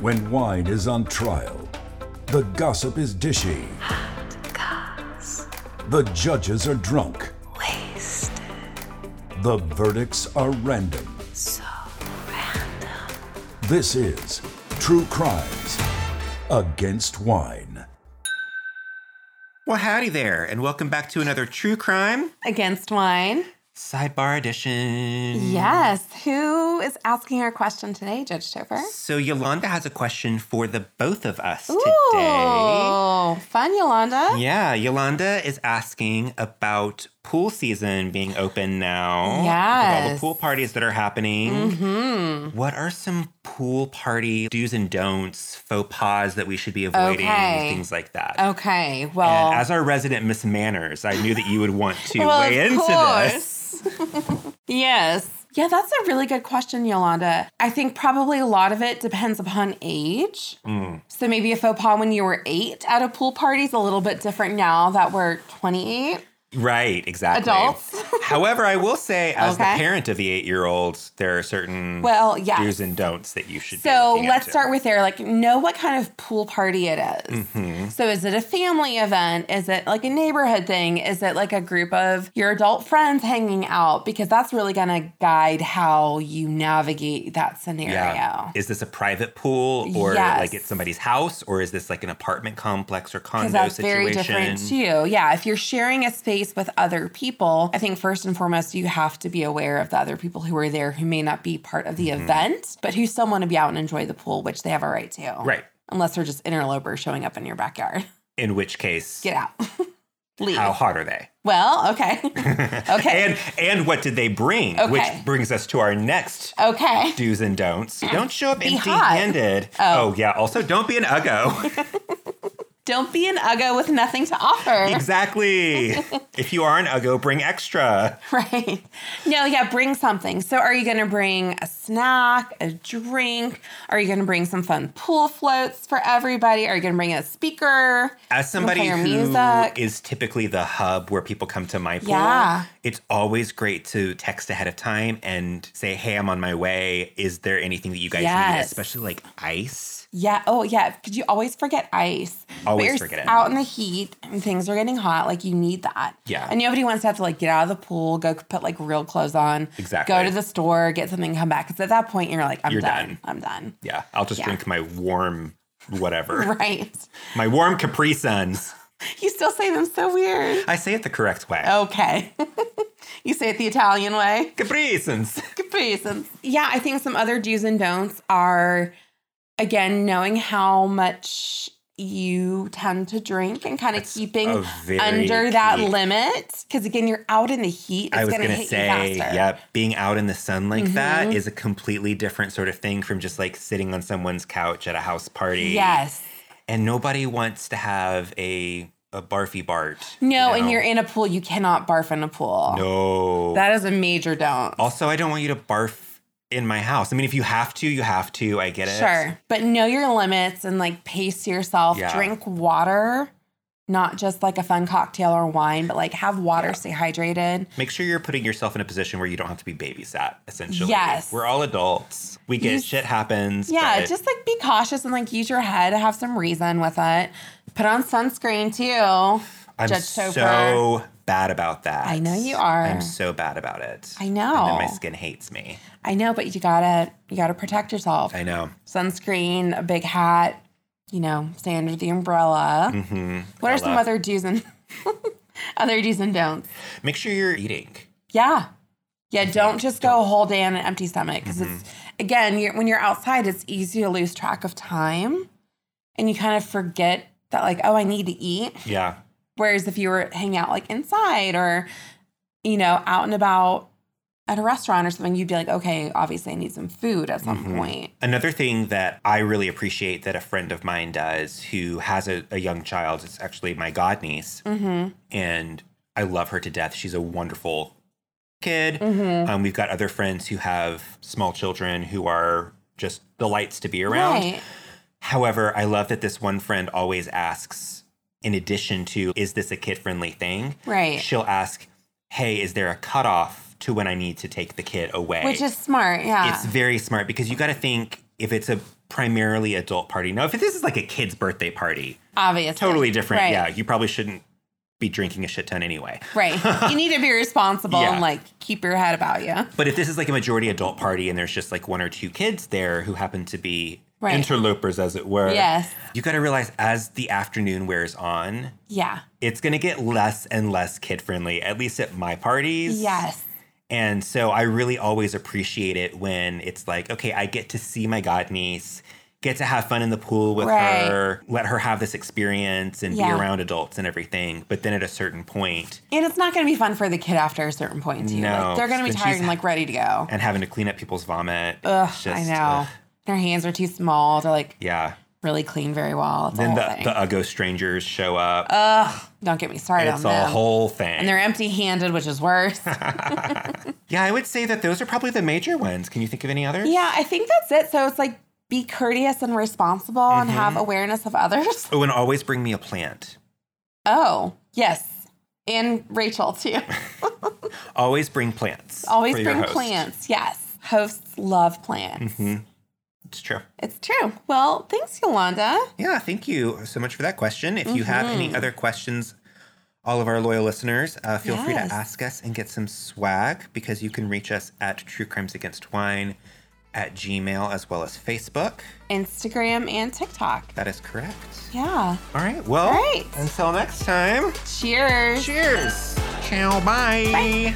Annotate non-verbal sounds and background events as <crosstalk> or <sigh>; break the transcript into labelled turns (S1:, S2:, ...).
S1: when wine is on trial, the gossip is dishy, the judges are drunk,
S2: Waste
S1: the verdicts are random.
S2: so random.
S1: This is True Crimes Against Wine.
S3: Well, howdy there, and welcome back to another True Crime
S2: Against wine.
S3: Sidebar Edition.
S2: Yes. Who is asking our question today, Judge Topher?
S3: So, Yolanda has a question for the both of us today.
S2: Ooh, fun, Yolanda.
S3: Yeah, Yolanda is asking about pool season being open now. With all the
S2: Yes. Mm-hmm.
S3: pool parties that are happening. What are some pool party do's and don'ts, faux pas that we should be avoiding,
S2: Okay. Oh.
S3: things like that?
S2: Okay. Well,
S3: And as our resident Miss Manners, I knew that you would want to
S2: well,
S3: weigh
S2: of
S3: into this.
S2: course. <laughs> yes. Yeah, that's a really good question, Yolanda. I think probably a lot of it depends upon age.
S3: Mm.
S2: So maybe a faux pas when you were eight at a pool party is a little bit different now that we're 28.
S3: Right, exactly.
S2: Adults. <laughs>
S3: However, I will say, as
S2: Okay.
S3: the parent of the eight-year-old, there are certain
S2: Well, yes.
S3: do's and don'ts that you should. be
S2: So
S3: looking
S2: let's
S3: into.
S2: start with there. Like, know what kind of pool party it is.
S3: Mm-hmm.
S2: So, is it a family event? Is it like a neighborhood thing? Is it like a group of your adult friends hanging out? Because that's really going to guide how you navigate that scenario.
S3: Yeah. Is this a private pool, or
S2: Yes.
S3: like at somebody's house, or is this like an apartment complex or condo
S2: Because that's
S3: situation?
S2: very different too. Yeah, if you're sharing a space with other people, I think first and foremost you have to be aware of the other people who are there who may not be part of
S3: Mm-hmm.
S2: the event, but who still want to be out and enjoy the pool, which they have a right to.
S3: Right.
S2: Unless they're just interlopers showing up in your backyard. <laughs>
S3: In which case,
S2: Get out. <laughs> Leave.
S3: how hot are they?
S2: Well, okay. <laughs>
S3: <laughs>
S2: okay.
S3: And and what did they bring?
S2: Okay.
S3: Which brings us to our next
S2: okay.
S3: do's and don'ts. Don't show up
S2: Be hot.
S3: empty-handed. Oh. yeah. Also, don't be an uggo. <laughs>
S2: Don't be an uggo with nothing to offer.
S3: exactly. if you are an uggo, bring extra.
S2: <laughs> Right. No, yeah, bring something. So, are you going to bring a snack, a drink? Are you going to bring some fun pool floats for everybody? Are you going to bring a speaker?
S3: As
S2: You can play
S3: somebody
S2: your
S3: who is
S2: music.
S3: typically the hub where people come to my pool,
S2: Yeah.
S3: it's always great to text ahead of time and say, "Hey, I'm on my way. Is there anything that you guys need,
S2: Yes.
S3: especially like ice?"
S2: Yeah. Oh, yeah. Because you always forget ice. But
S3: Always
S2: you're
S3: forget it.
S2: Out in the heat and things are getting hot. Like you need that.
S3: Yeah.
S2: And nobody wants to have to like get out of the pool, go put like real clothes on.
S3: Exactly.
S2: Go to the store, get something, come back. Because at that point you're like, I'm
S3: You're
S2: done.
S3: done.
S2: I'm done. <laughs>
S3: Yeah, I'll just
S2: Yeah.
S3: drink my warm
S2: <laughs>
S3: whatever,
S2: Right.
S3: my warm Capri Suns.
S2: You still say them so weird.
S3: I say it the correct way.
S2: Oh. Okay. <laughs> you say it the Italian way.
S3: Capri Suns.
S2: Caprisons. Yeah, I think some other do's and don'ts are, again, knowing how much you tend to drink and kind of keeping
S3: a very
S2: under that
S3: key-
S2: limit. Because again, you're out in the heat. It's
S3: I was
S2: gonna,
S3: gonna
S2: hit
S3: say,
S2: you faster. Mm-hmm.
S3: yeah, being out in the sun like that is a completely different sort of thing from just like sitting on someone's couch at a house party.
S2: Yes.
S3: And nobody wants to have a a barfy bart.
S2: No,
S3: you know?
S2: and you're in a pool. You cannot barf in a pool.
S3: No.
S2: That is a major don't.
S3: also, I don't want you to barf in my house. I mean, if you have to, you have to. I get it.
S2: Sure. But know your limits and like pace yourself.
S3: Yeah.
S2: Drink water, not just like a fun cocktail or wine, but like have water, stay hydrated.
S3: Make sure you're putting yourself in a position where you don't have to be babysat, essentially.
S2: Yes.
S3: We're all adults. We get
S2: You-
S3: shit happens.
S2: Yeah,
S3: but
S2: just like be cautious and like use your head, have some reason with it. Put on sunscreen too.
S3: I'm
S2: Judge Topher.
S3: so bad about that.
S2: I know you are.
S3: I'm so bad about it.
S2: I know.
S3: And then my skin hates me.
S2: I know, but you gotta you gotta protect yourself.
S3: I know.
S2: Sunscreen, a big hat, you know, stay under the umbrella. Mm-hmm. What are some
S3: Umbrella.
S2: other do's and <laughs> other do's and don'ts?
S3: Make sure you're eating.
S2: Yeah. Yeah, Mm-hmm. don't Mm-hmm. just go a whole day on an empty stomach because it's again, you're, when you're outside, it's easy to lose track of time, and you kind of forget that like, oh, I need to eat.
S3: Yeah.
S2: Whereas if you were hanging out like inside or, you know, out and about at a restaurant or something, you'd be like, okay, obviously I need some food at some
S3: Mm-hmm.
S2: point.
S3: Another thing that I really appreciate that a friend of mine does who has a, a young child, it's actually my godniece,
S2: Mm-hmm.
S3: and I love her to death. She's a wonderful kid.
S2: Mm-hmm.
S3: Um, we've got other friends who have small children who are just delights to be around.
S2: Right.
S3: However, I love that this one friend always asks, in addition to, is this a kid friendly thing?
S2: Right.
S3: She'll ask, hey, is there a cutoff to when I need to take the kid away?
S2: Which is smart. Yeah.
S3: it's very smart because you got to think if it's a primarily adult party. Now, if this is like a kid's birthday party,
S2: Obviously.
S3: totally different.
S2: Right.
S3: Yeah, you probably shouldn't be drinking a shit ton anyway.
S2: Right. you need to be responsible
S3: Yeah.
S2: and like keep your head about you.
S3: But if this is like a majority adult party and there's just like one or two kids there who happen to be
S2: Right.
S3: interlopers, as it were,
S2: Yes.
S3: you got to realize as the afternoon wears on,
S2: Yeah.
S3: it's going to get less and less kid friendly, at least at my parties.
S2: Yes.
S3: And so I really always appreciate it when it's like, okay, I get to see my godniece, get to have fun in the pool with
S2: Right.
S3: her, let her have this experience and
S2: Yeah.
S3: be around adults and everything. But then at a certain point,
S2: And it's not going to be fun for the kid after a certain point, too.
S3: No,
S2: Like, they're going to be
S3: then she's-
S2: tired and like ready to go.
S3: and having to clean up people's vomit,
S2: Ugh,
S3: it's
S2: I
S3: just,
S2: know.
S3: ugh,
S2: Their hands are too small to like
S3: yeah.
S2: really clean very well. It's a
S3: Then
S2: whole
S3: the,
S2: thing.
S3: the Uggo strangers show up.
S2: Don't get me started
S3: it's
S2: on
S3: a
S2: them.
S3: whole thing.
S2: and they're empty handed, which is worse.
S3: yeah, I would say that those are probably the major ones. Can you think of any others?
S2: yeah, I think that's it. So it's like be courteous and responsible and
S3: Mm-hmm.
S2: have awareness of others. <laughs>
S3: Oh, and always bring me a plant.
S2: Oh, yes. And
S3: <laughs>
S2: Rachel, too.
S3: Always bring plants.
S2: Always
S3: for your
S2: bring
S3: host. Mm-hmm.
S2: plants. Yes. Hosts love plants.
S3: It's true.
S2: It's true. Well, thanks, Yolanda.
S3: Yeah, thank you so much for that question. If you have any other questions, all of our loyal listeners, uh, feel free to
S2: Yes.
S3: ask us and get some swag because you can reach us at True Crimes Against Wine at Gmail as well as Facebook.
S2: Instagram and TikTok.
S3: That is correct.
S2: Yeah.
S3: All right. Well,
S2: All right.
S3: until next time,
S2: Cheers.
S3: cheers. Ciao. Bye.